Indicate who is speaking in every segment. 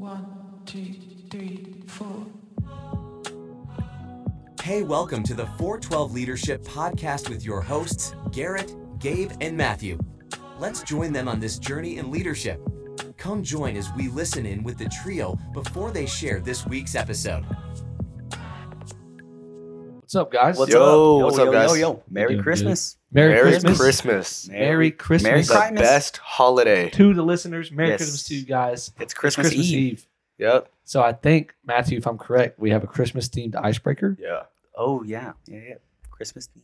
Speaker 1: One, two, three, four.
Speaker 2: Hey, welcome to the 412 Leadership Podcast with your hosts, Garrett, Gabe, and Matthew. Let's join them on this journey in leadership. Come join as we listen in with the trio before they share this week's episode.
Speaker 3: What's up, guys?
Speaker 4: What's
Speaker 5: Yo,
Speaker 4: up?
Speaker 5: what's up,
Speaker 4: yo,
Speaker 5: guys?
Speaker 4: Yo, yo. Merry
Speaker 3: doing,
Speaker 4: Christmas.
Speaker 3: Merry,
Speaker 5: Merry
Speaker 3: Christmas.
Speaker 5: Christmas.
Speaker 3: Merry Christmas.
Speaker 4: Merry
Speaker 5: It's the
Speaker 4: Christmas.
Speaker 5: best holiday.
Speaker 3: To the listeners, Merry
Speaker 4: Yes.
Speaker 3: Christmas to you guys.
Speaker 4: It's
Speaker 3: It's
Speaker 4: Christmas, Eve.
Speaker 5: Yep.
Speaker 3: So I think, Matthew, if I'm correct, we have a Christmas themed icebreaker.
Speaker 5: Yeah.
Speaker 4: Oh yeah, yeah, yeah. Christmas Eve.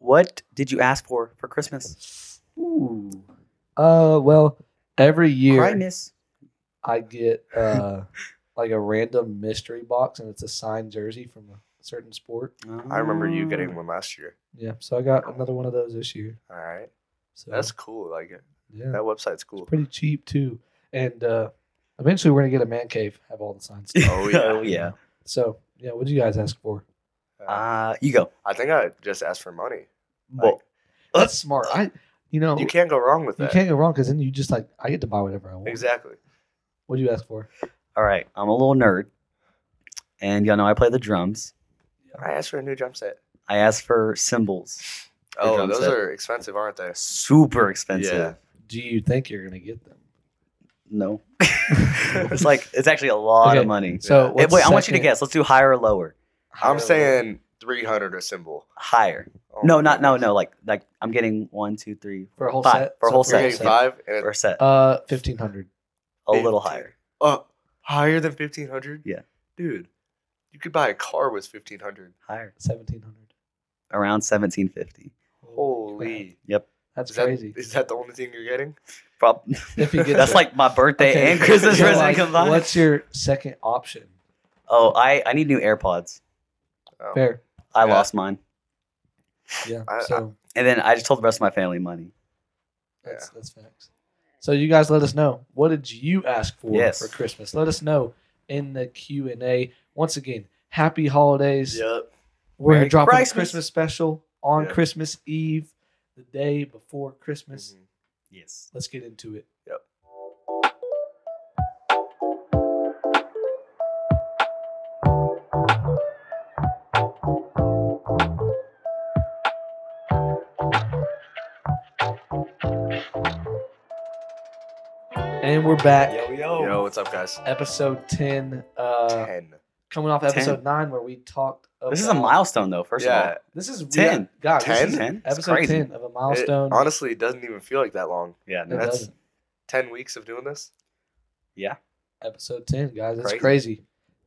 Speaker 4: What did you ask for for Christmas? Ooh,
Speaker 3: Uh, well, every year
Speaker 4: cry miss.
Speaker 3: I get uh like a random mystery box, and it's a signed jersey from a certain sport.
Speaker 5: I remember you
Speaker 4: Mm.
Speaker 5: getting one last year.
Speaker 3: Yeah, so I got another one of those this year.
Speaker 5: All right.
Speaker 3: So
Speaker 5: That's cool. Like
Speaker 3: yeah,
Speaker 5: that website's cool.
Speaker 3: pretty cheap too. And uh eventually, we're gonna get a man cave, have all the signs. stuff.
Speaker 5: Oh, yeah.
Speaker 4: oh yeah.
Speaker 3: so yeah, what did you guys ask for?
Speaker 5: Uh,
Speaker 4: Uh, you go.
Speaker 5: I think I just asked for money.
Speaker 4: Well,
Speaker 3: That's smart. uh, I, you know,
Speaker 5: You can't go wrong with
Speaker 3: Oh, You
Speaker 5: that.
Speaker 3: can't go wrong because then you just like I get to buy whatever I want.
Speaker 5: Exactly.
Speaker 3: What do you ask for?
Speaker 4: all right. I'm a little nerd, and y'all know I play the drums.
Speaker 5: I asked for a new drum set.
Speaker 4: I asked for cymbals. A
Speaker 5: Oh,
Speaker 4: drum
Speaker 5: those
Speaker 4: set.
Speaker 5: are expensive, aren't they?
Speaker 4: Super expensive.
Speaker 5: Yeah.
Speaker 3: Do you think you're gonna get them?
Speaker 4: No, it's like it's actually a lot
Speaker 3: Okay,
Speaker 4: of money.
Speaker 3: So
Speaker 5: Yeah.
Speaker 3: what's
Speaker 4: Wait, I want you to
Speaker 3: second-
Speaker 4: guess. Let's do higher or lower.
Speaker 5: I'm saying 300 a symbol.
Speaker 4: Higher.
Speaker 5: Oh
Speaker 4: No,
Speaker 5: my
Speaker 4: not no
Speaker 5: goodness.
Speaker 4: no. Like like I'm getting one, two, three,
Speaker 3: for a whole
Speaker 4: five,
Speaker 3: set.
Speaker 4: for a whole
Speaker 5: You're
Speaker 4: set.
Speaker 5: getting five and
Speaker 4: or
Speaker 5: it's
Speaker 4: set.
Speaker 3: Uh, fifteen hundred.
Speaker 4: a
Speaker 3: Oh,
Speaker 4: little
Speaker 5: 15.
Speaker 4: higher.
Speaker 5: uh, higher than 1500?
Speaker 4: Yeah.
Speaker 5: Dude, you could buy a car with 1500.
Speaker 4: Higher.
Speaker 3: Seventeen hundred.
Speaker 4: Around seventeen fifty.
Speaker 5: Holy.
Speaker 3: That's
Speaker 5: Oh, is that,
Speaker 3: crazy.
Speaker 5: Is that the only thing you're getting?
Speaker 4: Probably
Speaker 3: if you get
Speaker 4: that's like my birthday and Christmas
Speaker 3: So,
Speaker 4: present
Speaker 3: like,
Speaker 4: combined.
Speaker 3: What's your second option?
Speaker 4: oh, I I need new AirPods.
Speaker 5: Oh.
Speaker 3: Fair.
Speaker 4: I
Speaker 5: Yeah.
Speaker 4: lost mine,
Speaker 3: Yeah.
Speaker 5: I-
Speaker 3: so
Speaker 4: and then I just told the rest of my family money.
Speaker 3: that's that's facts. So you guys let us know what did you ask for
Speaker 4: Yes.
Speaker 3: for Christmas? Let us know in the Q and A. Once again, happy holidays.
Speaker 5: Yep.
Speaker 3: We're
Speaker 4: Merry
Speaker 3: dropping
Speaker 4: Christmas.
Speaker 3: a Christmas special on
Speaker 5: Yeah.
Speaker 3: Christmas Eve, the day before Christmas.
Speaker 4: Mm-hmm. Yes.
Speaker 3: Let's get into it. And we're back.
Speaker 4: yo.
Speaker 5: Yo, what's up, guys?
Speaker 3: Episode 10, uh,
Speaker 5: 10.
Speaker 3: coming off episode
Speaker 4: 10.
Speaker 3: 9, where we talked about.
Speaker 4: This is a milestone though. First
Speaker 5: yeah.
Speaker 4: of all,
Speaker 3: This is
Speaker 4: 10.
Speaker 3: yeah, guys, this
Speaker 5: 10?
Speaker 3: is
Speaker 4: 10? It's
Speaker 3: Episode
Speaker 4: crazy.
Speaker 3: 10 of a
Speaker 5: It
Speaker 3: milestone.
Speaker 5: honestly, it doesn't even feel like that long.
Speaker 4: yeah,
Speaker 3: It
Speaker 4: no,
Speaker 5: that's-
Speaker 3: doesn't.
Speaker 5: 10 weeks of doing this?
Speaker 3: episode 10 guys it's
Speaker 5: Crazy.
Speaker 3: crazy,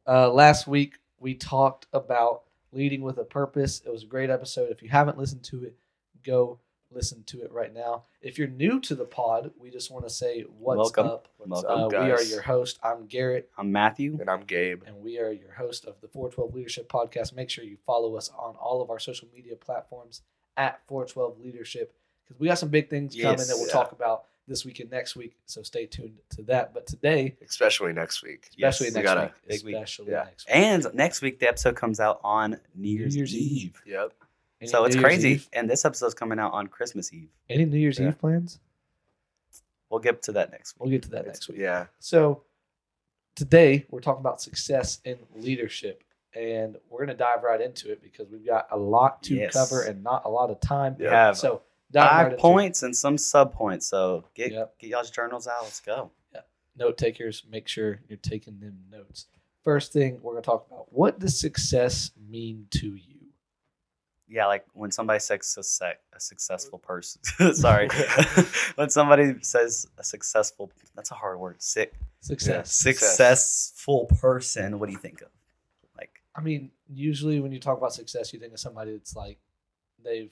Speaker 3: Uh, last week we talked about leading with a purpose it was a great episode if you haven't listened to it go listen to it right now if you're new to the pod we just want to say what's
Speaker 4: Welcome.
Speaker 3: up
Speaker 5: What's
Speaker 4: Welcome.
Speaker 3: uh,
Speaker 5: up,
Speaker 3: we are
Speaker 5: guys?
Speaker 3: your host i'm garrett
Speaker 4: I'm Matthew.
Speaker 5: And I'm Gabe.
Speaker 3: and we are your host of the 412 leadership podcast make sure you follow us on all of our social media platforms at 412 leadership because we got some big things coming
Speaker 4: Yes.
Speaker 3: that we'll
Speaker 5: Yeah.
Speaker 3: talk about this week and next week so stay tuned to that but today
Speaker 5: Especially next week.
Speaker 4: Yes,
Speaker 3: especially
Speaker 4: we
Speaker 3: next
Speaker 5: gotta-
Speaker 3: week.
Speaker 4: big week.
Speaker 3: Especially
Speaker 5: Yeah.
Speaker 3: next week.
Speaker 4: And next week the episode comes out on New Year's,
Speaker 3: Year's
Speaker 4: Eve.
Speaker 3: Eve.
Speaker 5: Yep.
Speaker 3: Any
Speaker 4: So it's
Speaker 3: New Year's
Speaker 4: crazy,
Speaker 3: Eve-
Speaker 4: and this episode's coming out on Christmas Eve.
Speaker 3: Any New Year's
Speaker 5: Yeah.
Speaker 3: Eve plans?
Speaker 4: We'll get to that next week.
Speaker 3: We'll get to that
Speaker 5: It's-
Speaker 3: next week.
Speaker 5: Yeah.
Speaker 3: So today we're talking about success in leadership, and we're gonna dive right into it because we've got a lot to
Speaker 4: Yes.
Speaker 3: cover and not a lot of time.
Speaker 5: Yeah.
Speaker 4: have
Speaker 3: So dive right
Speaker 4: five
Speaker 3: into it.
Speaker 4: points and some sub points. So get
Speaker 3: Yep.
Speaker 4: get y'all's journals out. Let's go.
Speaker 3: Note takers, make sure you're taking them notes. First thing we're gonna talk about: what does success mean to you?
Speaker 4: Yeah, like when somebody says a, sec- a successful person. Sorry, when somebody says a successful, that's a hard word. Sick,
Speaker 3: Success.
Speaker 4: successful person. What do you think of? Like,
Speaker 3: I mean, usually when you talk about success, you think of somebody that's like they've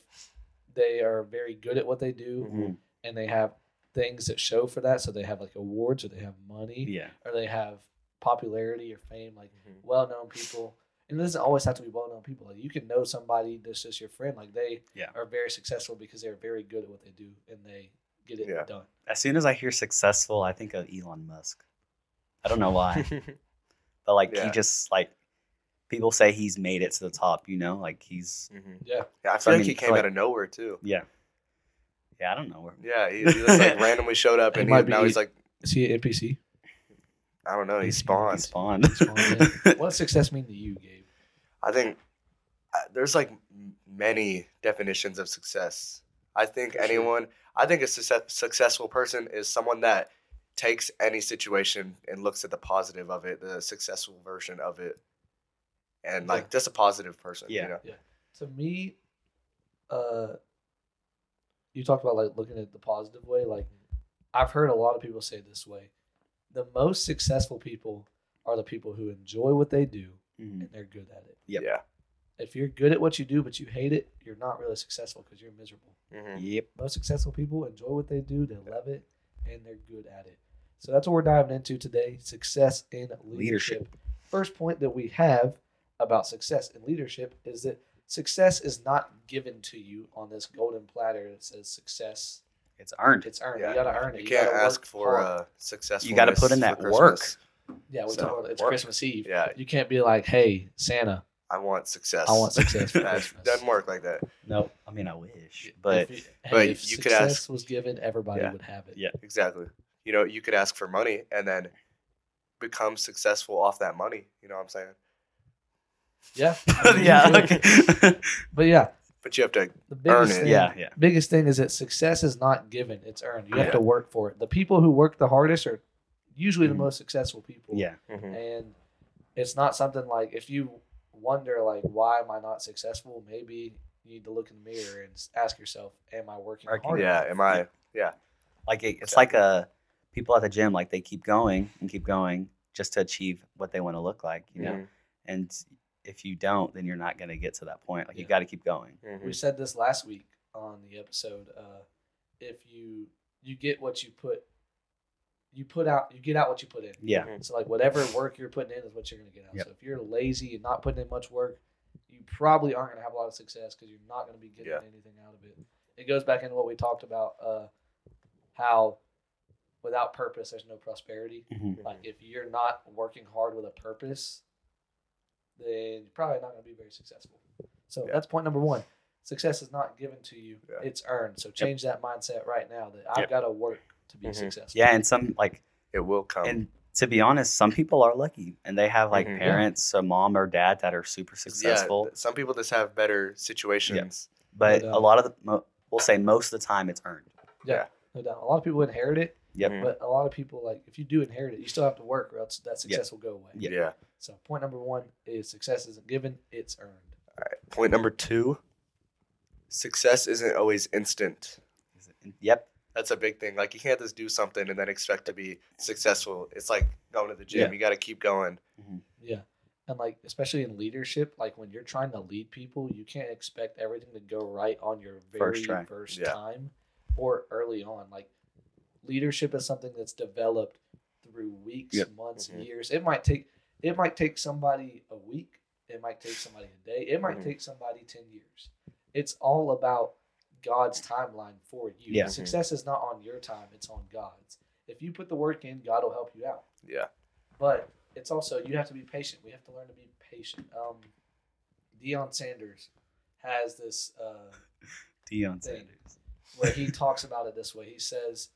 Speaker 3: they are very good at what they do and they have things that show for that. So they have like awards or they have money
Speaker 4: yeah,
Speaker 3: or they have popularity or fame, like well known people. And it doesn't always have to be well known people. Like you can know somebody that's just your friend. Like they
Speaker 4: Yeah.
Speaker 3: are very successful because they're very good at what they do and they get it
Speaker 5: Yeah.
Speaker 3: done.
Speaker 4: as soon as I hear successful, I think of Elon Musk. I don't know why, but like he
Speaker 5: Yeah.
Speaker 4: just like people say he's made it to the top. You know, like he's
Speaker 5: Mhm.
Speaker 3: Yeah.
Speaker 5: Yeah, I
Speaker 4: So,
Speaker 5: feel
Speaker 4: I
Speaker 5: like
Speaker 4: mean,
Speaker 5: he came
Speaker 4: like-
Speaker 5: out of nowhere, too.
Speaker 4: yeah, yeah. I don't know where
Speaker 5: Yeah, he, he just like randomly showed up
Speaker 3: He
Speaker 5: and he,
Speaker 3: might be-
Speaker 5: now he's like,
Speaker 3: Is he an NPC?
Speaker 5: I don't know. He
Speaker 4: He
Speaker 5: spawned.
Speaker 4: spawned.
Speaker 3: Spawned, What does success mean to you, Gabe?
Speaker 5: I think uh, there's like m- many definitions of success. I think
Speaker 3: For sure.
Speaker 5: anyone, I think a success, successful person is someone that takes any situation and looks at the positive of it, the successful version of it, and
Speaker 3: Yeah.
Speaker 5: like just a positive person.
Speaker 4: Yeah.
Speaker 5: You know?
Speaker 3: To me, uh, you talked about like looking at it the positive way. Like I've heard a lot of people say it this way: the most successful people are the people who enjoy what they do
Speaker 4: Mhm.
Speaker 5: Mm-hmm.
Speaker 3: and they're good at it.
Speaker 4: Yep.
Speaker 5: Yeah.
Speaker 3: If you're good at what you do but you hate it, you're not really successful because you're miserable.
Speaker 5: Mhm.
Speaker 4: Yep.
Speaker 3: most successful people enjoy what they do, they love it, and they're good at it. So that's what we're diving into today success in leadership.
Speaker 4: Leadership.
Speaker 3: First point that we have about success in leadership is that success is not given to you on this golden platter that says success.
Speaker 4: It's earned.
Speaker 3: It's earned.
Speaker 5: Yeah.
Speaker 3: You got to earn it.
Speaker 5: You can't
Speaker 3: gotta work
Speaker 5: ask for
Speaker 3: hard.
Speaker 5: uh, successful.
Speaker 4: You got to put in that work.
Speaker 3: Yeah, we
Speaker 5: so,
Speaker 3: talk about it's
Speaker 5: work.
Speaker 3: Christmas Eve.
Speaker 5: Yeah,
Speaker 3: You can't be like, hey, Santa,
Speaker 5: I want success.
Speaker 3: I want success for
Speaker 5: That
Speaker 3: Christmas.
Speaker 5: doesn't work like that.
Speaker 4: No, I mean I wish,
Speaker 3: if
Speaker 4: but
Speaker 3: you, hey,
Speaker 5: but
Speaker 3: if
Speaker 5: you could
Speaker 3: success
Speaker 5: ask-
Speaker 3: was given, everybody
Speaker 4: Yeah.
Speaker 3: would have it.
Speaker 4: Yeah.
Speaker 5: Exactly. You know, you could ask for money and then become successful off that money. You know what I'm saying?
Speaker 3: Yeah.
Speaker 4: yeah, okay.
Speaker 3: But yeah,
Speaker 5: But you have to.
Speaker 3: the
Speaker 5: Earn
Speaker 3: biggest
Speaker 5: it.
Speaker 3: thing
Speaker 4: yeah, yeah.
Speaker 3: biggest thing is that success is not given; it's earned. You have
Speaker 5: Yeah.
Speaker 3: to work for it. The people who work the hardest are usually
Speaker 4: Mhm.
Speaker 3: the most successful people.
Speaker 4: Yeah.
Speaker 5: Mhm.
Speaker 3: and it's not something like if you wonder like why am I not successful? Maybe you need to look in the mirror and s- ask yourself, Am I working
Speaker 4: Working,
Speaker 3: hard?
Speaker 5: Yeah. Am I?
Speaker 4: Like it, it's like a people at the gym, like they keep going and keep going just to achieve what they want to look like, you know.
Speaker 3: Mm-hmm.
Speaker 5: Mhm.
Speaker 4: And if you don't, then you're not going to get to that point. Like you
Speaker 3: Yeah.
Speaker 4: got to keep going.
Speaker 5: Mhm.
Speaker 3: We said this last week on the episode. Uh, if you you get what you put, you put out, you get out what you put in.
Speaker 4: Yeah.
Speaker 3: So like whatever work you're putting in is what you're gonna get out.
Speaker 4: Yep.
Speaker 3: So if you're lazy and not putting in much work, you probably aren't gonna have a lot of success because you're not gonna be getting
Speaker 5: Yeah.
Speaker 3: anything out of it. It goes back into what we talked about, uh, how without purpose there's no prosperity.
Speaker 5: Mm-hmm.
Speaker 4: Mhm.
Speaker 3: Like if you're not working hard with a purpose, then you're probably not gonna be very successful. So
Speaker 5: Yeah.
Speaker 3: that's point number one. Success is not given to you;
Speaker 5: Yeah.
Speaker 3: it's earned. So change that mindset right now that I've
Speaker 4: Yep.
Speaker 3: got to work to be
Speaker 5: Mhm.
Speaker 3: successful.
Speaker 4: Yeah, and some like
Speaker 5: It will come.
Speaker 4: and to be honest, some people are lucky and they have like
Speaker 5: Mhm. Yeah.
Speaker 4: parents, a mom or dad that are super successful.
Speaker 5: Yeah, some people just have better situations.
Speaker 4: but
Speaker 3: But,
Speaker 4: a
Speaker 3: um,
Speaker 4: lot of the mo- we'll say most of the time it's earned.
Speaker 3: No doubt. A lot of people inherit it.
Speaker 4: Yep.
Speaker 5: Mhm.
Speaker 3: But a lot of people like if you do inherit it, you still have to work, or else that success will go away.
Speaker 4: Yeah.
Speaker 5: yeah.
Speaker 3: So point number one is success isn't given; it's earned.
Speaker 5: Point number two success isn't always instant.
Speaker 4: Is it- Yep.
Speaker 5: That's a big thing. Like, you can't just do something and then expect to be successful. It's like going to the gym,
Speaker 4: Yeah.
Speaker 5: you got to keep going.
Speaker 3: Yeah, and like especially in leadership, like when you're trying to lead people, you can't expect everything to go right on your very
Speaker 4: First
Speaker 3: first,
Speaker 4: try.
Speaker 5: Yeah.
Speaker 3: time or early on. Like leadership is something that's developed through weeks,
Speaker 4: Yep.
Speaker 3: months,
Speaker 5: Mhm.
Speaker 3: years. It might take it might take somebody a week. It might take somebody a day. It might
Speaker 5: Mhm.
Speaker 3: take somebody ten years. It's all about God's timeline for you.
Speaker 4: Yeah.
Speaker 3: Success is not on your time, it's on God's. If you put the work in, God will help you out.
Speaker 5: Yeah.
Speaker 3: But it's also you have to be patient. We have to learn to be patient. Um Deion Sanders has this uh
Speaker 4: Deion
Speaker 3: Thing.
Speaker 4: Sanders.
Speaker 3: where he talks about it this way. He says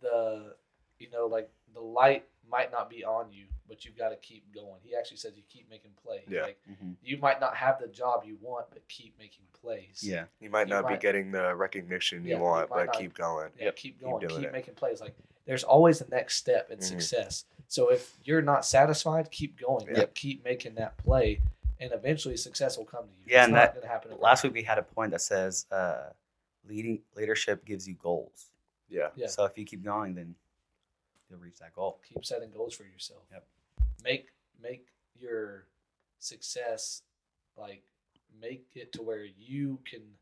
Speaker 3: the you know like the light might not be on you, but you've got to keep going. He actually says you keep making plays.
Speaker 5: Yeah.
Speaker 3: Like
Speaker 4: Mhm.
Speaker 3: you might not have the job you want, but keep making plays.
Speaker 4: Yeah.
Speaker 5: You might
Speaker 3: You
Speaker 5: not
Speaker 3: might-
Speaker 5: be getting the recognition
Speaker 3: Yeah,
Speaker 5: you
Speaker 3: you
Speaker 5: want,
Speaker 3: might
Speaker 5: but
Speaker 3: not-
Speaker 5: keep going.
Speaker 3: Yeah, keep
Speaker 5: Keep
Speaker 3: going, keep,
Speaker 5: doing it.
Speaker 3: making plays. Like there's always the next step in
Speaker 5: Mhm.
Speaker 3: success. So if you're not satisfied, keep going.
Speaker 5: Yeah.
Speaker 3: Like, keep making that play, and eventually success will come to you.
Speaker 4: Yeah,
Speaker 3: it's
Speaker 4: and
Speaker 3: not
Speaker 4: that-
Speaker 3: gonna happen. overnight.
Speaker 4: Last week we had a point that says uh, leading leadership gives you goals.
Speaker 5: Yeah.
Speaker 3: Yeah.
Speaker 4: So if you keep going, then you'll reach that goal.
Speaker 3: keep setting goals for yourself.
Speaker 4: Yep.
Speaker 3: Make make your success like make it to where you can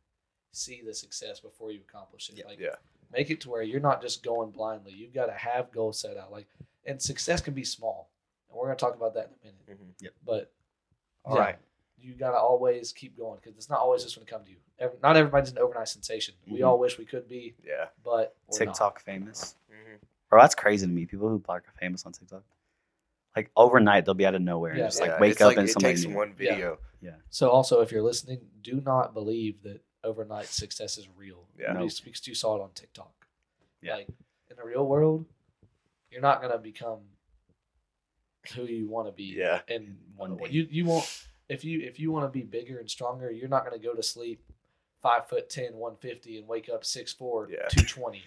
Speaker 3: see the success before you accomplish it.
Speaker 4: Yep.
Speaker 3: Like
Speaker 5: Yeah.
Speaker 3: make it to where you're not just going blindly. You've got to have goals set out. Like and success can be small. And we're gonna talk about that in a minute.
Speaker 5: Mhm.
Speaker 3: But
Speaker 4: All
Speaker 3: yeah,
Speaker 4: right.
Speaker 3: you gotta always keep going because it's not always just gonna come to you. Ev- Not everybody's an overnight sensation. We
Speaker 4: Mhm.
Speaker 3: all wish we could be,
Speaker 5: Yeah.
Speaker 3: but we're not.
Speaker 4: TikTok famous.
Speaker 5: Mhm.
Speaker 4: Bro, that's crazy to me. People who are famous on TikTok. Like overnight they'll be out of nowhere
Speaker 3: Yeah.
Speaker 4: and just like
Speaker 5: Yeah,
Speaker 4: wake
Speaker 5: it's
Speaker 4: up
Speaker 5: like
Speaker 4: and
Speaker 5: it
Speaker 4: somebody
Speaker 5: takes
Speaker 4: new.
Speaker 5: one
Speaker 3: Yeah.
Speaker 5: video.
Speaker 3: So also, if you're listening, do not believe that overnight success is real.
Speaker 5: Yeah.
Speaker 3: Nobody
Speaker 4: No.
Speaker 3: speaks to you saw it on TikTok.
Speaker 4: Yeah.
Speaker 3: Like in the real world, you're not gonna become who you want to be.
Speaker 5: Yeah.
Speaker 3: And
Speaker 4: One day.
Speaker 3: you you won't if you if you want to be bigger and stronger, you're not going to go to sleep five foot 10, 150 and wake up six four,
Speaker 5: Yeah.
Speaker 3: two twenty.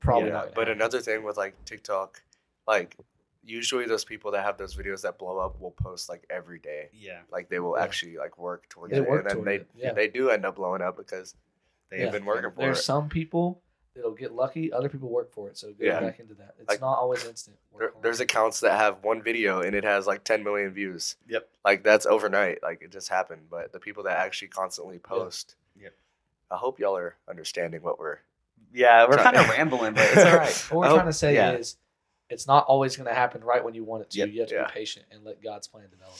Speaker 3: Probably
Speaker 5: Yeah,
Speaker 3: not. gonna
Speaker 5: But
Speaker 3: happen.
Speaker 5: another thing with like TikTok, like usually those people that have those videos that blow up will post like every day.
Speaker 4: Yeah,
Speaker 5: Like they will
Speaker 3: Yeah.
Speaker 5: actually like work towards
Speaker 3: They
Speaker 5: it,
Speaker 3: work
Speaker 5: and then
Speaker 3: toward
Speaker 5: they
Speaker 3: it, yeah.
Speaker 5: they do end up blowing up because they've
Speaker 3: Yeah.
Speaker 5: been working for
Speaker 3: there's
Speaker 5: it.
Speaker 3: some people that'll get lucky, other people work for it. So go
Speaker 5: Yeah.
Speaker 3: back into that. It's
Speaker 5: Like-
Speaker 3: not always instant. Work
Speaker 5: There,
Speaker 3: hard.
Speaker 5: there's accounts that have one video and it has like 10 million views.
Speaker 4: Yep.
Speaker 5: Like that's overnight. Like it just happened. But the people that actually constantly post.
Speaker 4: Yep.
Speaker 5: I hope y'all are understanding what we're.
Speaker 4: yeah, we're
Speaker 5: Sorry.
Speaker 4: kind of rambling, but it's all right.
Speaker 3: What we're
Speaker 5: Oh,
Speaker 3: trying to say
Speaker 4: yeah.
Speaker 3: is, it's not always going to happen right when you want it to.
Speaker 4: Yep.
Speaker 3: you have to
Speaker 5: Yeah.
Speaker 3: be patient and let God's plan develop.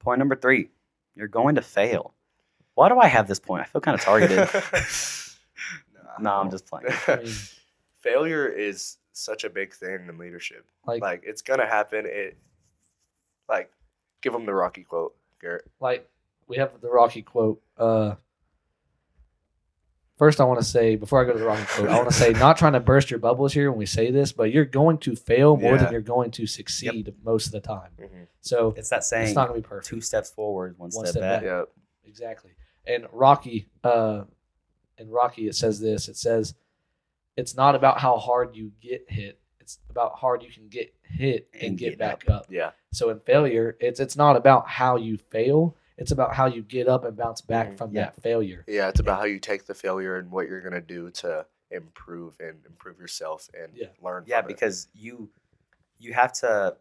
Speaker 4: Point number three: you're going to fail. Why do I have this point? I feel kind of targeted. no, I'm just playing.
Speaker 3: I mean,
Speaker 5: Failure is such a big thing in leadership.
Speaker 3: like, like,
Speaker 5: like it's gonna happen. It like give them the Rocky quote, Garrett.
Speaker 3: we have the Rocky quote. Uh, first, I want to say before I go to the Rocky quote, I want to say not trying to burst your bubbles here when we say this, but you're going to fail more
Speaker 5: Yeah.
Speaker 3: than you're going to succeed most of the time.
Speaker 5: Mm-hmm.
Speaker 3: So
Speaker 4: It's that
Speaker 3: it's
Speaker 4: saying:
Speaker 3: not going to be perfect.
Speaker 4: two steps forward, one,
Speaker 3: One
Speaker 4: step,
Speaker 3: step
Speaker 4: back.
Speaker 3: back.
Speaker 5: Yeah,
Speaker 3: Exactly. And Rocky, uh, in Rocky, it says this. It says, "It's not about how hard you get hit. It's about how hard you can get hit and,
Speaker 4: And
Speaker 3: get,
Speaker 4: get
Speaker 3: back up.
Speaker 5: yeah,
Speaker 3: So in failure, it's it's not about how you fail. It's about how you get up and bounce back
Speaker 5: Mhm.
Speaker 3: from
Speaker 4: Yeah.
Speaker 3: that failure.
Speaker 5: yeah. It's about how you take the failure and what you're gonna do to improve and improve yourself and
Speaker 3: Yeah.
Speaker 5: learn.
Speaker 4: Yeah,
Speaker 5: from it.
Speaker 4: because you you have to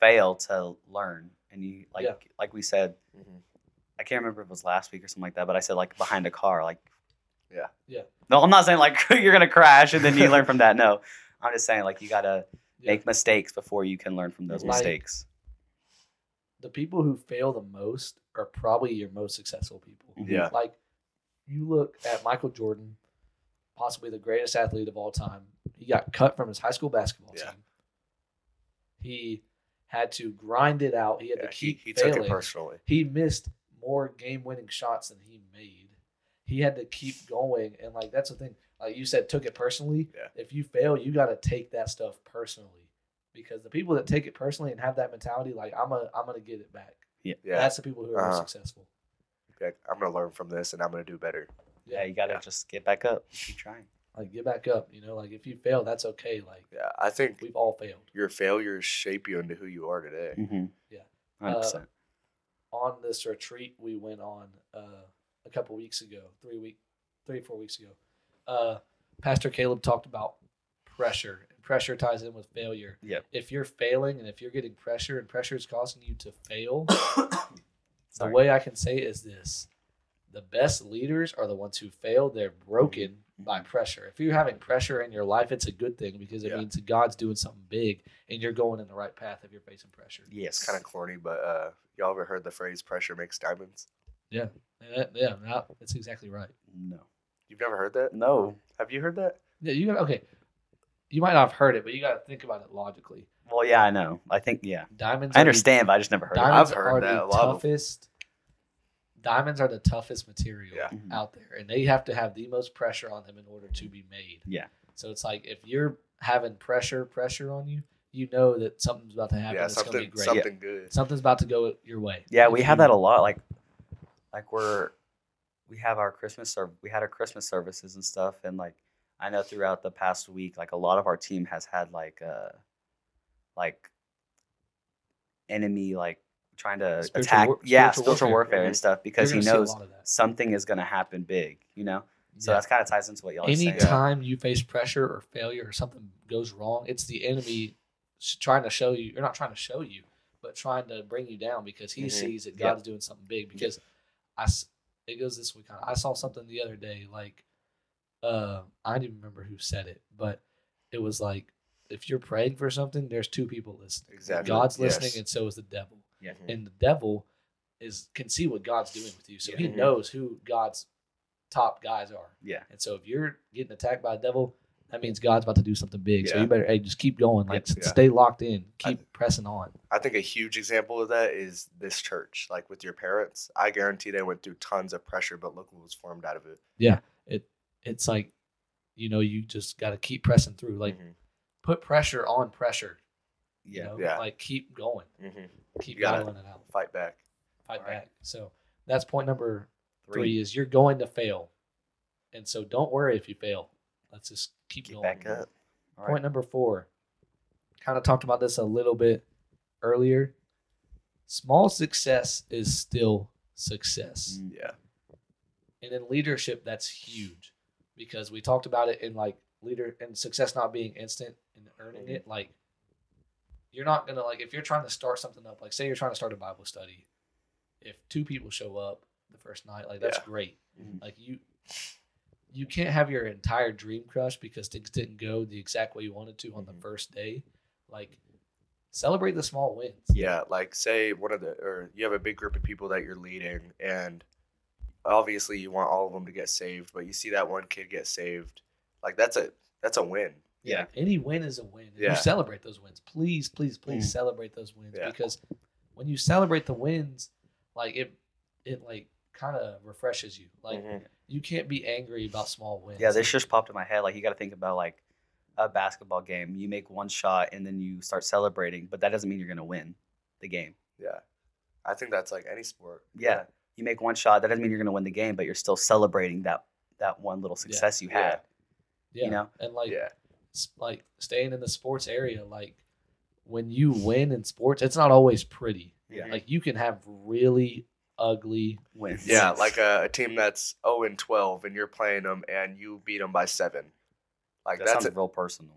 Speaker 4: fail to learn, and you like
Speaker 3: Yeah.
Speaker 4: like we said.
Speaker 5: Mhm.
Speaker 4: I can't remember if it was last week or something like that, but I said like behind a car, like
Speaker 5: Yeah.
Speaker 3: Yeah.
Speaker 4: No, I'm not saying like you're gonna crash and then you learn from that. No, I'm just saying like you gotta
Speaker 3: Yeah.
Speaker 4: make mistakes before you can learn from those
Speaker 3: Like-
Speaker 4: mistakes.
Speaker 3: The people who fail the most are probably your most successful people.
Speaker 5: yeah,
Speaker 3: Like you look at Michael Jordan, possibly the greatest athlete of all time. He got cut from his high school basketball
Speaker 5: Yeah.
Speaker 3: team. He had to grind it out. He had
Speaker 5: yeah.
Speaker 3: to
Speaker 5: He,
Speaker 3: keep
Speaker 5: he
Speaker 3: failing.
Speaker 5: took it personally.
Speaker 3: He missed more game-winning shots than he made. He had to keep going, and like that's the thing. Like you said, took it personally.
Speaker 5: Yeah.
Speaker 3: If you fail, you got to take that stuff personally, because the people that take it personally and have that mentality, like I'm a, I'm gonna get it back.
Speaker 5: Yeah,
Speaker 3: That's the people who are
Speaker 5: Uh-huh.
Speaker 3: most successful.
Speaker 5: like, I'm gonna learn from this and I'm gonna do better.
Speaker 4: Yeah, you gotta
Speaker 5: Yeah.
Speaker 4: just get back up, keep trying.
Speaker 3: like get back up you know like if you fail that's okay like
Speaker 5: Yeah, I think
Speaker 3: we've all failed
Speaker 5: your failures shape you into who you are today.
Speaker 4: Mm-hmm.
Speaker 3: Yeah.
Speaker 4: hundred
Speaker 3: Uh,
Speaker 4: percent.
Speaker 3: on this retreat we went on uh, a couple weeks ago three week three four weeks ago uh, pastor caleb talked about pressure and pressure ties in with failure
Speaker 4: Yeah.
Speaker 3: if you're failing and if you're getting pressure and pressure is causing you to fail the
Speaker 4: Sorry.
Speaker 3: way i can say it is this the best leaders are the ones who fail they're broken by pressure if you're having pressure in your life it's a good thing because it
Speaker 5: Yeah.
Speaker 3: means god's doing something big and you're going in the right path if you're facing pressure
Speaker 4: Yes,
Speaker 5: It's kind of corny, but uh, y'all ever heard the phrase "pressure makes diamonds"?
Speaker 3: Yeah, yeah, that- that's exactly right.
Speaker 4: no,
Speaker 5: You've never heard that?
Speaker 4: no.
Speaker 5: Have you heard that?
Speaker 3: Yeah, you got okay. You might not have heard it, but you got to think about it logically.
Speaker 4: Well, yeah, I know. I think yeah,
Speaker 3: Diamonds.
Speaker 4: I
Speaker 3: are the-
Speaker 4: understand, but I just never heard. of
Speaker 3: diamonds
Speaker 5: I've heard
Speaker 3: are
Speaker 5: that
Speaker 3: the
Speaker 5: a lot before.
Speaker 3: toughest. Diamonds are the toughest material
Speaker 5: Yeah.
Speaker 4: Mhm.
Speaker 3: out there, and they have to have the most pressure on them in order to be made.
Speaker 4: Yeah.
Speaker 3: So it's like if you're having pressure, pressure on you, you know that something's about to happen.
Speaker 5: yeah,
Speaker 3: that's gonna be
Speaker 5: something,
Speaker 3: great.
Speaker 5: something good.
Speaker 3: Something's about to go your way.
Speaker 4: Yeah,
Speaker 3: If
Speaker 4: we
Speaker 3: you-
Speaker 4: have that a lot. Like, like we're we have our Christmas serv we had our Christmas services and stuff, and like I know throughout the past week, like a lot of our team has had like uh like enemy like trying to
Speaker 3: Spiritual
Speaker 4: attack
Speaker 3: war-
Speaker 4: yeah
Speaker 3: spiritual
Speaker 4: spiritual, warfare,
Speaker 3: warfare,
Speaker 4: and
Speaker 3: mhm.
Speaker 4: stuff
Speaker 3: You're
Speaker 4: because he
Speaker 3: gonna see a
Speaker 4: knows
Speaker 3: lot of that.
Speaker 4: something is gonna happen big, you know. So
Speaker 3: Yeah.
Speaker 4: that's kind of ties into what y'all are saying.
Speaker 3: Anytime you face pressure or failure or something goes wrong, it's the enemy s- trying to show you, or not trying to show you, but trying to bring you down because he
Speaker 5: Mhm.
Speaker 3: sees that
Speaker 4: Yeah.
Speaker 3: God's doing something big. Because I, s- it goes this way kind of. I saw something the other day, like, uh, I don't even remember who said it, but it was like, if you're praying for something, there's two people listening.
Speaker 5: Exactly.
Speaker 3: God's
Speaker 5: Yes.
Speaker 3: listening, and so is the devil.
Speaker 4: Yeah.
Speaker 5: Mhm.
Speaker 3: And the devil is can see what God's doing with you, so
Speaker 4: Yeah.
Speaker 3: he
Speaker 5: Mhm.
Speaker 3: knows who God's top guys are.
Speaker 4: Yeah,
Speaker 3: And so if you're getting attacked by the devil, that means God's about to do something big. So
Speaker 5: Yeah.
Speaker 3: you better hey, just keep going. Like
Speaker 5: Yeah.
Speaker 3: stay locked in. Keep
Speaker 5: I-
Speaker 3: pressing on.
Speaker 5: I think a huge example of that is this church. Like with your parents, I guarantee they went through tons of pressure, but look what was formed out of it.
Speaker 3: It's like, you know, you just gotta keep pressing through. Like
Speaker 5: Mhm.
Speaker 3: put pressure on pressure. you
Speaker 4: Yeah,
Speaker 3: know?
Speaker 5: yeah.
Speaker 3: Like keep going,
Speaker 5: hmm
Speaker 3: keep
Speaker 5: You gotta
Speaker 3: battling it out,
Speaker 5: Fight back.
Speaker 3: fight
Speaker 4: All
Speaker 3: back.
Speaker 4: right.
Speaker 3: So that's point number
Speaker 4: Three.
Speaker 3: three is you're going to fail, and so don't worry if you fail. Let's just keep
Speaker 4: Get
Speaker 3: going.
Speaker 4: back up. All
Speaker 3: Point
Speaker 4: right.
Speaker 3: number four. Kind of talked about this a little bit earlier. Small success is still success.
Speaker 4: Mm,
Speaker 5: Yeah.
Speaker 3: And in leadership, that's huge because we talked about it in like leader and success not being instant and earning it. Like, you're not going to, like, if you're trying to start something up, like, say you're trying to start a Bible study, if two people show up the first night, like, that's
Speaker 5: Yeah.
Speaker 3: great.
Speaker 4: Mhm.
Speaker 3: Like, you, you can't have your entire dream crushed because things didn't go the exact way you wanted to on the
Speaker 5: Mhm.
Speaker 3: first day. Like, celebrate the small wins.
Speaker 5: Yeah, like say one of the or you have a big group of people that you're leading and obviously you want all of them to get saved, but you see that one kid get saved, like that's a that's a win.
Speaker 4: Yeah.
Speaker 3: any win is a win. and
Speaker 5: Yeah.
Speaker 3: You celebrate those wins. Please, please, please
Speaker 4: Mm.
Speaker 3: celebrate those wins
Speaker 5: Yeah.
Speaker 3: because when you celebrate the wins, like it, it like kind of refreshes you. Like
Speaker 5: Mhm.
Speaker 3: you can't be angry about small wins.
Speaker 4: Mm-hmm. Yeah, this just popped in my head. Like you got to think about like a basketball game. You make one shot and then you start celebrating, but that doesn't mean you're gonna win the game.
Speaker 5: Yeah. I think that's like any sport.
Speaker 4: Yeah, you make one shot. That doesn't mean you're gonna win the game, but you're still celebrating that that one little success you had.
Speaker 3: yeah.
Speaker 4: you know?
Speaker 3: and like
Speaker 5: yeah.
Speaker 3: s- like staying in the sports area, like when you win in sports, it's not always pretty.
Speaker 4: Yeah.
Speaker 3: Like you can have really ugly wins.
Speaker 5: Yeah, like a, a team that's 0 and 12 and you're playing them and you beat them by 7. Like
Speaker 4: That
Speaker 5: that's
Speaker 4: sounds real personal.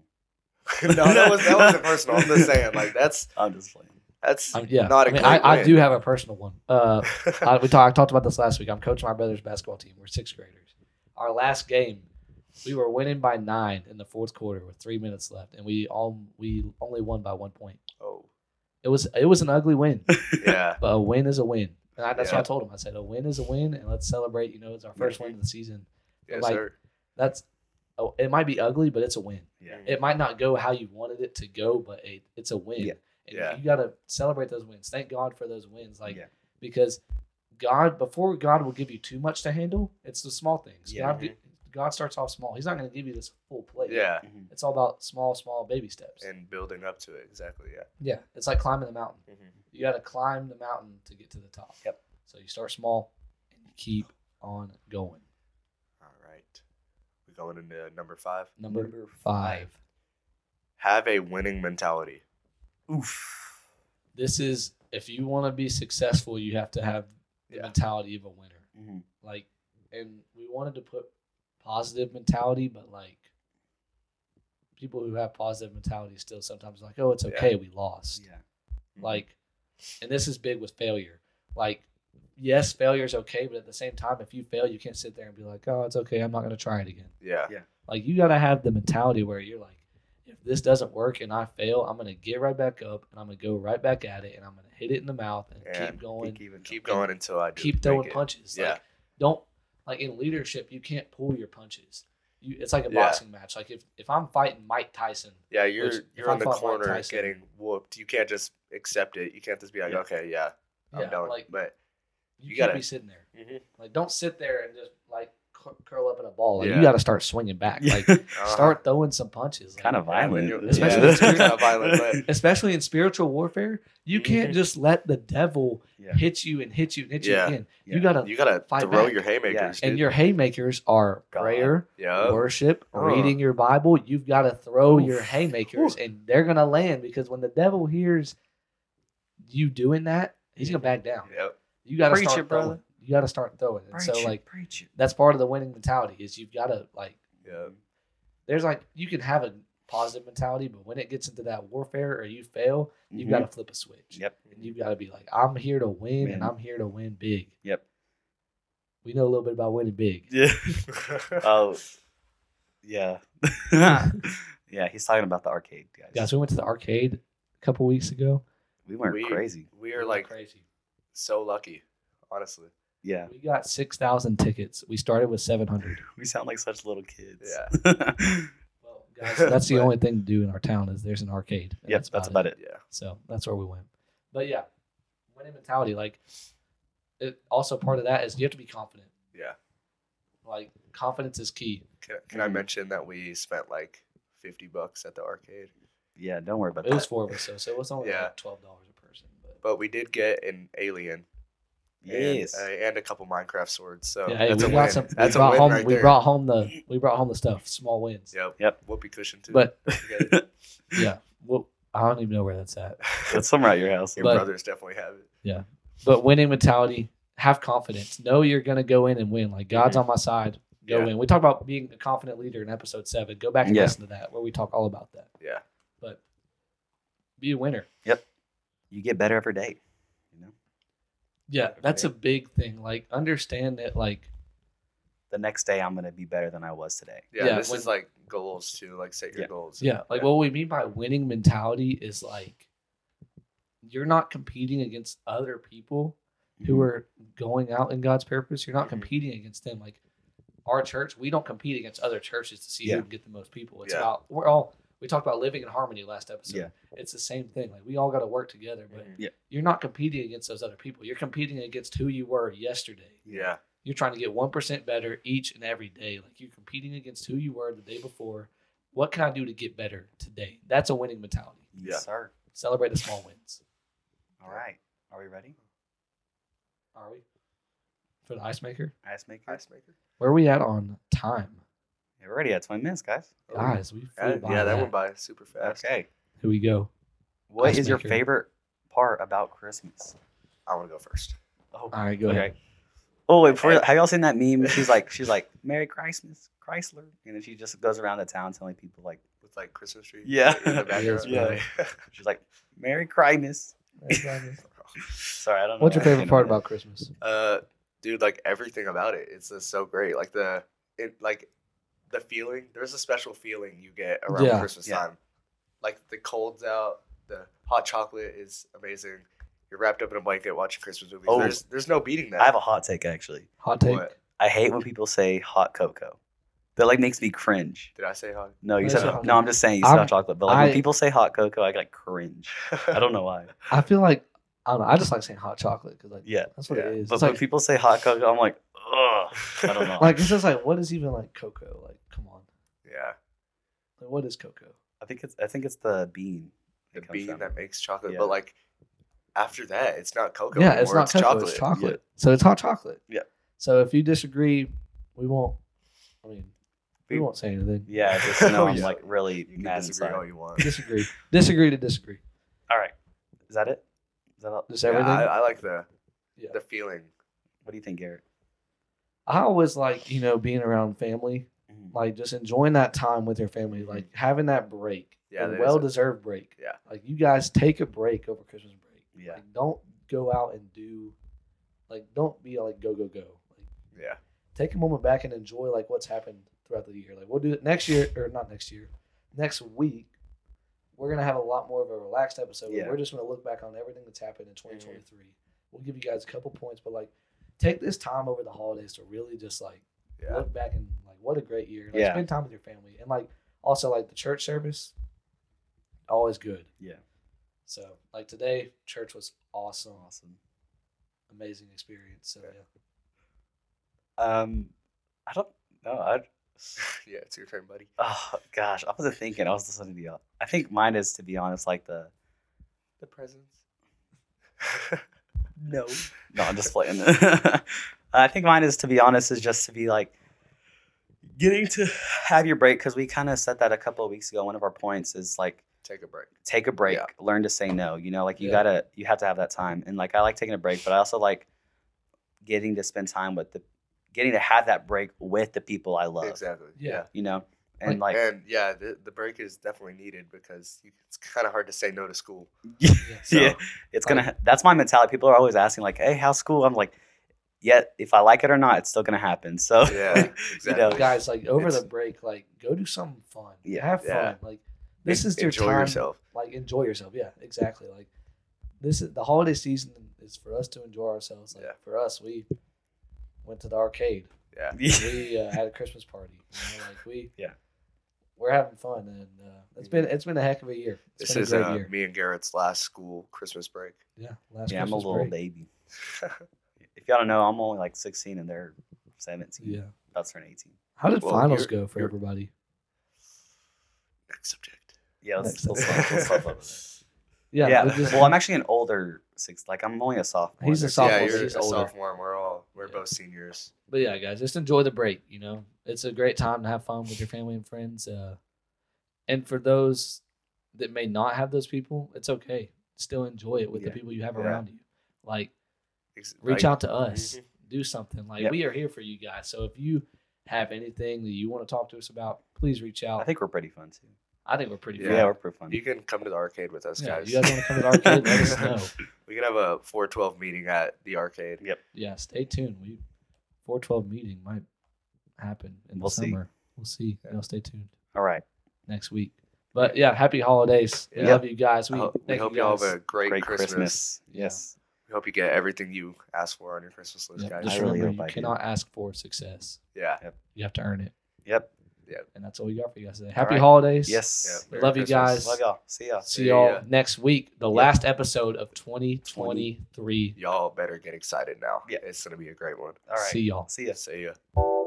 Speaker 5: a, No, that was that wasn't personal. I'm just saying like that's
Speaker 4: I'm just playing.
Speaker 5: that's
Speaker 3: I'm- Um, yeah,
Speaker 5: Not a
Speaker 3: I, mean,
Speaker 5: great
Speaker 3: I, I
Speaker 5: win.
Speaker 3: do have a personal one. Uh, I, we talked talked about this last week. I'm coaching my brother's basketball team. We're sixth graders. Our last game, we were winning by nine in the fourth quarter with three minutes left, and we all we only won by one point.
Speaker 5: Oh.
Speaker 3: It was it was an ugly win,
Speaker 5: Yeah.
Speaker 3: but a win is a win, and I, that's what
Speaker 5: Yeah.
Speaker 3: I told him. I said a win is a win, and let's celebrate. You know, it's our 1st win of the season.
Speaker 5: Yes,
Speaker 3: Like-
Speaker 5: sir.
Speaker 3: That's oh, it might be ugly, but it's a win.
Speaker 4: Yeah.
Speaker 3: It might not go how you wanted it to go, but it, it's a win.
Speaker 4: Yeah.
Speaker 3: And
Speaker 5: Yeah.
Speaker 3: you got to celebrate those wins. Thank God for those wins. Like
Speaker 4: Yeah.
Speaker 3: because God before God will give you too much to handle, it's the small things.
Speaker 4: Yeah.
Speaker 3: God, God starts off small. He's not going to give you this full plate.
Speaker 5: Yeah.
Speaker 3: It's all about small, small baby steps.
Speaker 5: And building up to it. Exactly, yeah.
Speaker 3: yeah. It's like climbing the mountain.
Speaker 5: Mhm.
Speaker 3: You got to climb the mountain to get to the top.
Speaker 4: Yep.
Speaker 3: So you start small and you keep on going.
Speaker 5: All right. We're going into number 5.
Speaker 3: Number,
Speaker 4: Number
Speaker 3: five.
Speaker 5: Have a winning mentality.
Speaker 4: Oof.
Speaker 3: This is if you want to be successful, you have to have the
Speaker 5: Yeah.
Speaker 3: mentality of a winner.
Speaker 4: Mhm.
Speaker 3: Like, and we wanted to put positive mentality, but like people who have positive mentality still sometimes like, oh, it's
Speaker 5: Yeah.
Speaker 3: okay, we lost.
Speaker 4: Yeah.
Speaker 5: Mhm.
Speaker 3: Like, and this is big with failure. Like, yes, failure is okay, but at the same time, if you fail, you can't sit there and be like, oh, it's okay, I'm not going to try it again.
Speaker 5: Yeah.
Speaker 4: Yeah.
Speaker 3: Like, you got to have the mentality where you're like, if this doesn't work and I fail, I'm going to get right back up and I'm going to go right back at it and I'm going to hit it in the mouth and keep
Speaker 5: And
Speaker 3: going
Speaker 4: Think even
Speaker 5: Keep going until I do
Speaker 3: keep
Speaker 5: make
Speaker 3: throwing
Speaker 5: it.
Speaker 3: punches.
Speaker 5: Yeah.
Speaker 3: Like, don't like in leadership, you can't pull your punches. You, it's like a
Speaker 5: Yeah.
Speaker 3: boxing match. Like if, if I'm fighting Mike Tyson,
Speaker 5: Yeah, you're
Speaker 3: Which, if
Speaker 5: you're
Speaker 3: I
Speaker 5: in the
Speaker 3: fought Mike
Speaker 5: corner
Speaker 3: Tyson-
Speaker 5: getting whooped. You can't just accept it. You can't just be like,
Speaker 4: Yeah.
Speaker 5: okay, yeah, I'm
Speaker 3: yeah,
Speaker 5: done.
Speaker 3: like
Speaker 5: but
Speaker 3: you,
Speaker 5: you
Speaker 3: can't
Speaker 5: gotta-
Speaker 3: be sitting there.
Speaker 5: Mhm.
Speaker 3: Like don't sit there and just like cur- curl up in a ball. Like you
Speaker 5: Yeah.
Speaker 3: got to start swinging back. Like
Speaker 5: uh-huh.
Speaker 3: start throwing some punches. Like,
Speaker 4: kind of violent.
Speaker 5: you're-
Speaker 3: Especially yeah.
Speaker 5: it's kind of violent,
Speaker 3: Especially in spiritual warfare, you can't
Speaker 5: Mhm.
Speaker 3: just let the devil
Speaker 4: Yeah.
Speaker 3: hit you and hit you and hit you
Speaker 5: Yeah.
Speaker 3: again.
Speaker 4: Yeah.
Speaker 3: You gotta
Speaker 5: but you gotta
Speaker 3: Fight
Speaker 5: throw
Speaker 3: back.
Speaker 5: your haymakers.
Speaker 3: and
Speaker 5: dude.
Speaker 3: your haymakers are
Speaker 4: God.
Speaker 3: prayer,
Speaker 5: yeah,
Speaker 3: worship,
Speaker 5: Uh.
Speaker 3: reading your Bible, you've got to throw
Speaker 4: Oof.
Speaker 3: your haymakers and they're going to land because when the devil hears you doing that, he's going to back down.
Speaker 5: yep.
Speaker 3: You got to
Speaker 4: Preach
Speaker 3: start
Speaker 4: it, brother.
Speaker 3: throwing. You got to start throwing. And so like that's part of the winning mentality is you've got to like
Speaker 5: Yeah.
Speaker 3: there's like you can have a positive mentality, but when it gets into that warfare or you fail, you've got to flip a switch.
Speaker 4: Mm-hmm. Yep.
Speaker 3: And you've got to be like I'm here to win
Speaker 4: Win.
Speaker 3: and I'm here to win big.
Speaker 4: Yep.
Speaker 3: We know a little bit about winning big.
Speaker 4: Yeah.
Speaker 3: Mm-hmm.
Speaker 4: Oh. Yeah. yeah. He's talking about the arcade guys.
Speaker 3: Guys, we went to the arcade a couple weeks ago.
Speaker 4: we weren't
Speaker 5: We-
Speaker 4: crazy.
Speaker 5: we
Speaker 3: We
Speaker 5: are
Speaker 3: went
Speaker 5: like
Speaker 3: crazy.
Speaker 5: so lucky, honestly.
Speaker 4: Yeah.
Speaker 3: We got 6,000 tickets. We started with 700.
Speaker 4: We sound like such little kids.
Speaker 3: Well, guys, that's the
Speaker 5: But-
Speaker 3: only thing to do in our town is there's an arcade. and
Speaker 4: yep. That's about it.
Speaker 5: Yeah,
Speaker 3: So that's where we went. But yeah, winning mentality. Like, it, also part of that is you have to be confident.
Speaker 5: yeah.
Speaker 3: Like, confidence is key.
Speaker 5: Can, can I
Speaker 4: Mhm.
Speaker 5: mention that we spent like fifty bucks at the arcade?
Speaker 4: yeah, don't worry about
Speaker 3: It was
Speaker 4: that.
Speaker 3: four of us, so, so it's only
Speaker 5: Yeah.
Speaker 3: like twelve dollars a person. But
Speaker 5: But we did get an alien and,
Speaker 4: Yes.
Speaker 5: uh, and a couple Minecraft swords. So
Speaker 3: yeah, hey,
Speaker 5: uh, that's,
Speaker 3: we
Speaker 5: a
Speaker 3: got
Speaker 5: win.
Speaker 3: some. We
Speaker 5: that's a
Speaker 3: brought
Speaker 5: win
Speaker 3: home.
Speaker 5: right
Speaker 3: we
Speaker 5: there.
Speaker 3: brought home the. We brought home the stuff. Small wins.
Speaker 5: Yep.
Speaker 4: Yep.
Speaker 5: Whoopee cushion too.
Speaker 3: But
Speaker 5: Don't forget it.
Speaker 3: yeah, well, I don't even know where that's at.
Speaker 4: That's somewhere at your house.
Speaker 5: your
Speaker 3: but-
Speaker 5: brothers definitely have it.
Speaker 3: But winning mentality, have confidence. Know you're gonna go in and win. Like God's on my side. Go
Speaker 5: Yeah.
Speaker 3: in. We talk about being a confident leader in episode seven. Go back and
Speaker 4: Yeah.
Speaker 3: listen to that where we talk all about that.
Speaker 5: Yeah.
Speaker 3: But be a winner.
Speaker 4: you get better every day. You know,
Speaker 3: Yeah,
Speaker 4: Every
Speaker 3: that's
Speaker 4: day.
Speaker 3: a big thing. Like understand that. Like
Speaker 4: the next day I'm gonna be better than I was today.
Speaker 5: Yeah,
Speaker 3: Yeah,
Speaker 5: this
Speaker 3: when-
Speaker 5: is like goals too. Like set your
Speaker 4: Yeah.
Speaker 5: goals.
Speaker 3: yeah, like what we mean by winning mentality is like you're not competing against other people.
Speaker 4: Mm-hmm.
Speaker 3: who are going out in God's purpose. You're not
Speaker 5: Mhm.
Speaker 3: competing against them. Like our church, we don't compete against other churches to see
Speaker 4: Yeah.
Speaker 3: who can get the most people. It's
Speaker 5: Yeah.
Speaker 3: about we're all we talked about living in harmony last episode.
Speaker 4: Yeah.
Speaker 3: It's the same thing. Like we all got to work together, but
Speaker 5: Mhm.
Speaker 3: you're not competing against those other people. You're competing against who you were yesterday.
Speaker 5: Yeah.
Speaker 3: You're trying to get 1% better each and every day. Like you're competing against who you were the day before. What can I do to get better today? That's a winning mentality.
Speaker 5: Yeah.
Speaker 4: Yes, sir.
Speaker 3: Celebrate the small wins.
Speaker 4: All right. Are we ready?
Speaker 3: Are we? For the ice maker?
Speaker 4: Ice maker.
Speaker 5: Ice maker.
Speaker 3: Where are we at on time?
Speaker 4: Yeah, we're already at 20 minutes, guys.
Speaker 3: Guys, we
Speaker 5: Oh, Yeah,
Speaker 3: flew by
Speaker 5: Uh, yeah, that
Speaker 3: that.
Speaker 5: went by super fast.
Speaker 4: Okay.
Speaker 3: Here we go.
Speaker 4: What is
Speaker 3: Ice
Speaker 4: your
Speaker 3: maker.
Speaker 4: favorite part about Christmas?
Speaker 5: I want to go first.
Speaker 4: Oh,
Speaker 3: All right, go ahead.
Speaker 4: Oh wait, before, have y'all seen that meme? She's like, she's like, Merry Christmas, Chrysler, and then she just goes around the town telling people like,
Speaker 5: With like Christmas tree.
Speaker 4: Yeah.
Speaker 5: In the background.
Speaker 3: Yeah.
Speaker 4: she's like, Merry Christmas. Sorry, I don't. know.
Speaker 3: What's your
Speaker 4: why I
Speaker 3: favorite
Speaker 4: can't
Speaker 3: part
Speaker 4: remember.
Speaker 3: about Christmas?
Speaker 5: uh, dude, like everything about it, it's just so great. Like the it like the feeling. There's a special feeling you get around
Speaker 3: Yeah.
Speaker 5: Christmas
Speaker 4: Yeah.
Speaker 5: time. Like the cold's out, the hot chocolate is amazing. You're wrapped up in a blanket watching Christmas movies.
Speaker 4: Oh.
Speaker 5: There's there's no beating that.
Speaker 4: I have a hot take actually.
Speaker 3: Hot take.
Speaker 5: What?
Speaker 4: I hate when people say hot cocoa. That like makes me cringe.
Speaker 5: Did I say hot?
Speaker 4: No, you
Speaker 3: That's
Speaker 4: said
Speaker 3: not-
Speaker 4: no. I'm just saying you said
Speaker 3: I'm-
Speaker 4: hot chocolate, but like when
Speaker 3: I-
Speaker 4: people say hot cocoa, I like cringe. I don't know why.
Speaker 3: I feel like I don't know. I just like saying hot chocolate because like
Speaker 4: Yeah,
Speaker 3: that's what it
Speaker 5: Yeah.
Speaker 3: is.
Speaker 4: but
Speaker 3: It's
Speaker 4: when
Speaker 3: like,
Speaker 4: people say hot cocoa, I'm like, ugh. I don't know.
Speaker 3: like it's just like what is even like cocoa? Like come on,
Speaker 5: yeah,
Speaker 3: like, what is cocoa?
Speaker 4: I think it's I think it's the bean.
Speaker 5: the
Speaker 4: it comes
Speaker 5: bean
Speaker 4: from.
Speaker 5: that makes chocolate.
Speaker 4: Yeah.
Speaker 5: But like after that, it's not cocoa.
Speaker 3: yeah, it's
Speaker 5: anymore,
Speaker 3: not cocoa. It's chocolate. So it's hot chocolate.
Speaker 4: Yeah.
Speaker 3: So if you disagree, we won't. I mean, we,
Speaker 4: We-
Speaker 3: won't say anything.
Speaker 4: Yeah, I just know
Speaker 5: Oh,
Speaker 4: I'm
Speaker 5: yeah.
Speaker 4: like really
Speaker 5: You can
Speaker 4: mad
Speaker 5: disagree
Speaker 4: inside.
Speaker 5: all you want.
Speaker 3: disagree. Disagree to disagree.
Speaker 4: All right, is that it? Is that all?
Speaker 3: Just
Speaker 5: Yeah,
Speaker 3: everything.
Speaker 5: I, I like the
Speaker 3: Yeah.
Speaker 5: the feeling.
Speaker 4: What do you think, Garrett?
Speaker 3: I always like you know being around family.
Speaker 4: Mm-hmm.
Speaker 3: like just enjoying that time with your family, like having that break,
Speaker 5: Mm-hmm. Yeah, that
Speaker 3: a
Speaker 5: is a-
Speaker 3: well deserved break.
Speaker 5: Yeah.
Speaker 3: like you guys take a break over Christmas break.
Speaker 4: Yeah,
Speaker 3: Like, don't go out and do, like, don't be like go go go. Like,
Speaker 5: Yeah,
Speaker 3: take a moment back and enjoy like what's happened throughout the year. Like, we'll do it next year or not next year, next week. We're gonna have a lot more of a relaxed episode. where
Speaker 4: Yeah.
Speaker 3: We're just gonna look back on everything that's happened in
Speaker 5: Mm-hmm.
Speaker 3: 2023. We'll give you guys a couple points, but like, take this time over the holidays to really just like
Speaker 5: yeah,
Speaker 3: look back and like what a great year. Like,
Speaker 4: Yeah.
Speaker 3: Spend time with your family and like also like the church service, always good.
Speaker 4: yeah,
Speaker 3: So like today, church was awesome,
Speaker 4: awesome.
Speaker 3: amazing experience. So yeah.
Speaker 4: Um, I don't know. I
Speaker 5: yeah. It's your turn, buddy.
Speaker 4: oh gosh, I wasn't thinking. I was listening to y'all. I think mine is to be honest, like the
Speaker 5: The presents.
Speaker 4: no, no, I'm just playing. I think mine is to be honest is just to be like getting to have your break because we kind of said that a couple of weeks ago. One of our points is like
Speaker 5: Take a break.
Speaker 4: take a break
Speaker 5: Yeah.
Speaker 4: learn to say no you know like you
Speaker 3: Yeah.
Speaker 4: gotta you have to have that time and like i like taking a break but i also like getting to spend time with the getting to have that break with the people i love
Speaker 5: Exactly.
Speaker 3: Yeah.
Speaker 4: you know and like,
Speaker 5: and yeah, the, the break is definitely needed because you, it's kind of hard to say no to school.
Speaker 3: Yeah.
Speaker 5: So,
Speaker 4: yeah it's gonna that's my mentality people are always asking like hey how's school i'm like yeah if i like it or not it's still gonna happen so
Speaker 5: Yeah, exactly.
Speaker 4: know,
Speaker 3: Guys, like over the
Speaker 4: It's-
Speaker 3: break, like go do something fun.
Speaker 4: Yeah.
Speaker 3: Have fun.
Speaker 5: Yeah.
Speaker 3: Like this
Speaker 5: En-
Speaker 3: is your
Speaker 5: enjoy
Speaker 3: time.
Speaker 5: yourself.
Speaker 3: Like enjoy yourself. Yeah, exactly. Like this is the holiday season is for us to enjoy ourselves. Like
Speaker 5: Yeah.
Speaker 3: for us, we went to the arcade.
Speaker 5: Yeah.
Speaker 3: we uh, had a Christmas party. You know, like we,
Speaker 4: Yeah.
Speaker 3: we're having fun, and uh, it's been it's been a heck of a year. it
Speaker 5: This
Speaker 3: been
Speaker 5: is
Speaker 3: a great
Speaker 5: uh,
Speaker 3: year.
Speaker 5: me and Garrett's last school Christmas break.
Speaker 3: Yeah, last
Speaker 4: yeah i'm a
Speaker 3: Christmas
Speaker 4: little
Speaker 3: break.
Speaker 4: baby if y'all don't know i'm only like 16 and they're 17
Speaker 3: Yeah.
Speaker 4: about to turn 18
Speaker 3: How did
Speaker 5: Well,
Speaker 3: finals
Speaker 5: you're-
Speaker 3: go for
Speaker 5: you're-
Speaker 3: everybody?
Speaker 5: Next subject.
Speaker 4: Yeah, let's,
Speaker 3: Next
Speaker 4: let's,
Speaker 5: up.
Speaker 4: let's, let's, let's
Speaker 3: Yeah.
Speaker 4: yeah.
Speaker 3: but just-
Speaker 4: well, I'm actually an older six. Like I'm only a sophomore.
Speaker 3: He's a
Speaker 4: There's-
Speaker 3: sophomore,
Speaker 5: yeah,
Speaker 3: but
Speaker 5: you're a
Speaker 3: he's older.
Speaker 5: sophomore. And we're all we're
Speaker 3: Yeah.
Speaker 5: both seniors.
Speaker 3: but yeah, guys, just enjoy the break. You know, it's a great time to have fun with your family and friends. Uh, and for those that may not have those people, it's okay. Still enjoy it with
Speaker 4: Yeah.
Speaker 3: the people you have
Speaker 5: Yeah.
Speaker 3: around you. Like,
Speaker 5: Ex-
Speaker 3: reach
Speaker 5: like,
Speaker 3: out to us,
Speaker 5: Mhm.
Speaker 3: do something. Like,
Speaker 4: Mm-hmm. Yep.
Speaker 3: we are here for you guys. So if you have anything that you want to talk to us about, please reach out.
Speaker 4: I think we're pretty fun too.
Speaker 3: I think we're pretty.
Speaker 5: Yeah.
Speaker 4: Yeah, we're pretty fun.
Speaker 5: You can come to the arcade with us,
Speaker 3: Yeah,
Speaker 5: guys.
Speaker 3: you guys want to come to the arcade? Let us know.
Speaker 5: we can have a 412 meeting at the arcade.
Speaker 4: Yep.
Speaker 3: Yeah, stay tuned. We 412 meeting might happen in
Speaker 4: We'll
Speaker 3: the
Speaker 4: see.
Speaker 3: summer. We'll see.
Speaker 5: Yeah.
Speaker 3: Y'all stay tuned
Speaker 4: All right.
Speaker 3: next week. But yeah, happy holidays. We
Speaker 5: Yeah.
Speaker 3: love you guys.
Speaker 5: I
Speaker 3: We,
Speaker 5: ho- we
Speaker 3: thank
Speaker 5: hope
Speaker 3: you
Speaker 5: y'all
Speaker 3: guys.
Speaker 5: have a great,
Speaker 4: Great
Speaker 5: Christmas.
Speaker 4: Christmas. Yes.
Speaker 5: We hope you get everything you asked for on your Christmas list,
Speaker 3: Yep,
Speaker 5: guys.
Speaker 3: Just
Speaker 4: I really
Speaker 3: remember,
Speaker 4: hope
Speaker 3: you
Speaker 4: I do.
Speaker 3: cannot ask for success.
Speaker 5: yeah.
Speaker 3: You have to earn it,
Speaker 4: Yep.
Speaker 3: and that's all we got for you guys today. Happy
Speaker 4: right.
Speaker 3: holidays.
Speaker 5: yeah.
Speaker 4: Yes.
Speaker 5: Merry
Speaker 3: Love you
Speaker 5: Christmas.
Speaker 3: guys.
Speaker 4: Love y'all. See y'all.
Speaker 3: See
Speaker 5: See
Speaker 3: y'all
Speaker 5: ya.
Speaker 3: next week, the
Speaker 4: Yep.
Speaker 3: last episode of 2023.
Speaker 5: Y'all better get excited now.
Speaker 4: Yeah.
Speaker 5: It's going to be a great one.
Speaker 4: All right.
Speaker 3: See y'all.
Speaker 4: See ya.
Speaker 5: See ya.
Speaker 3: Bye.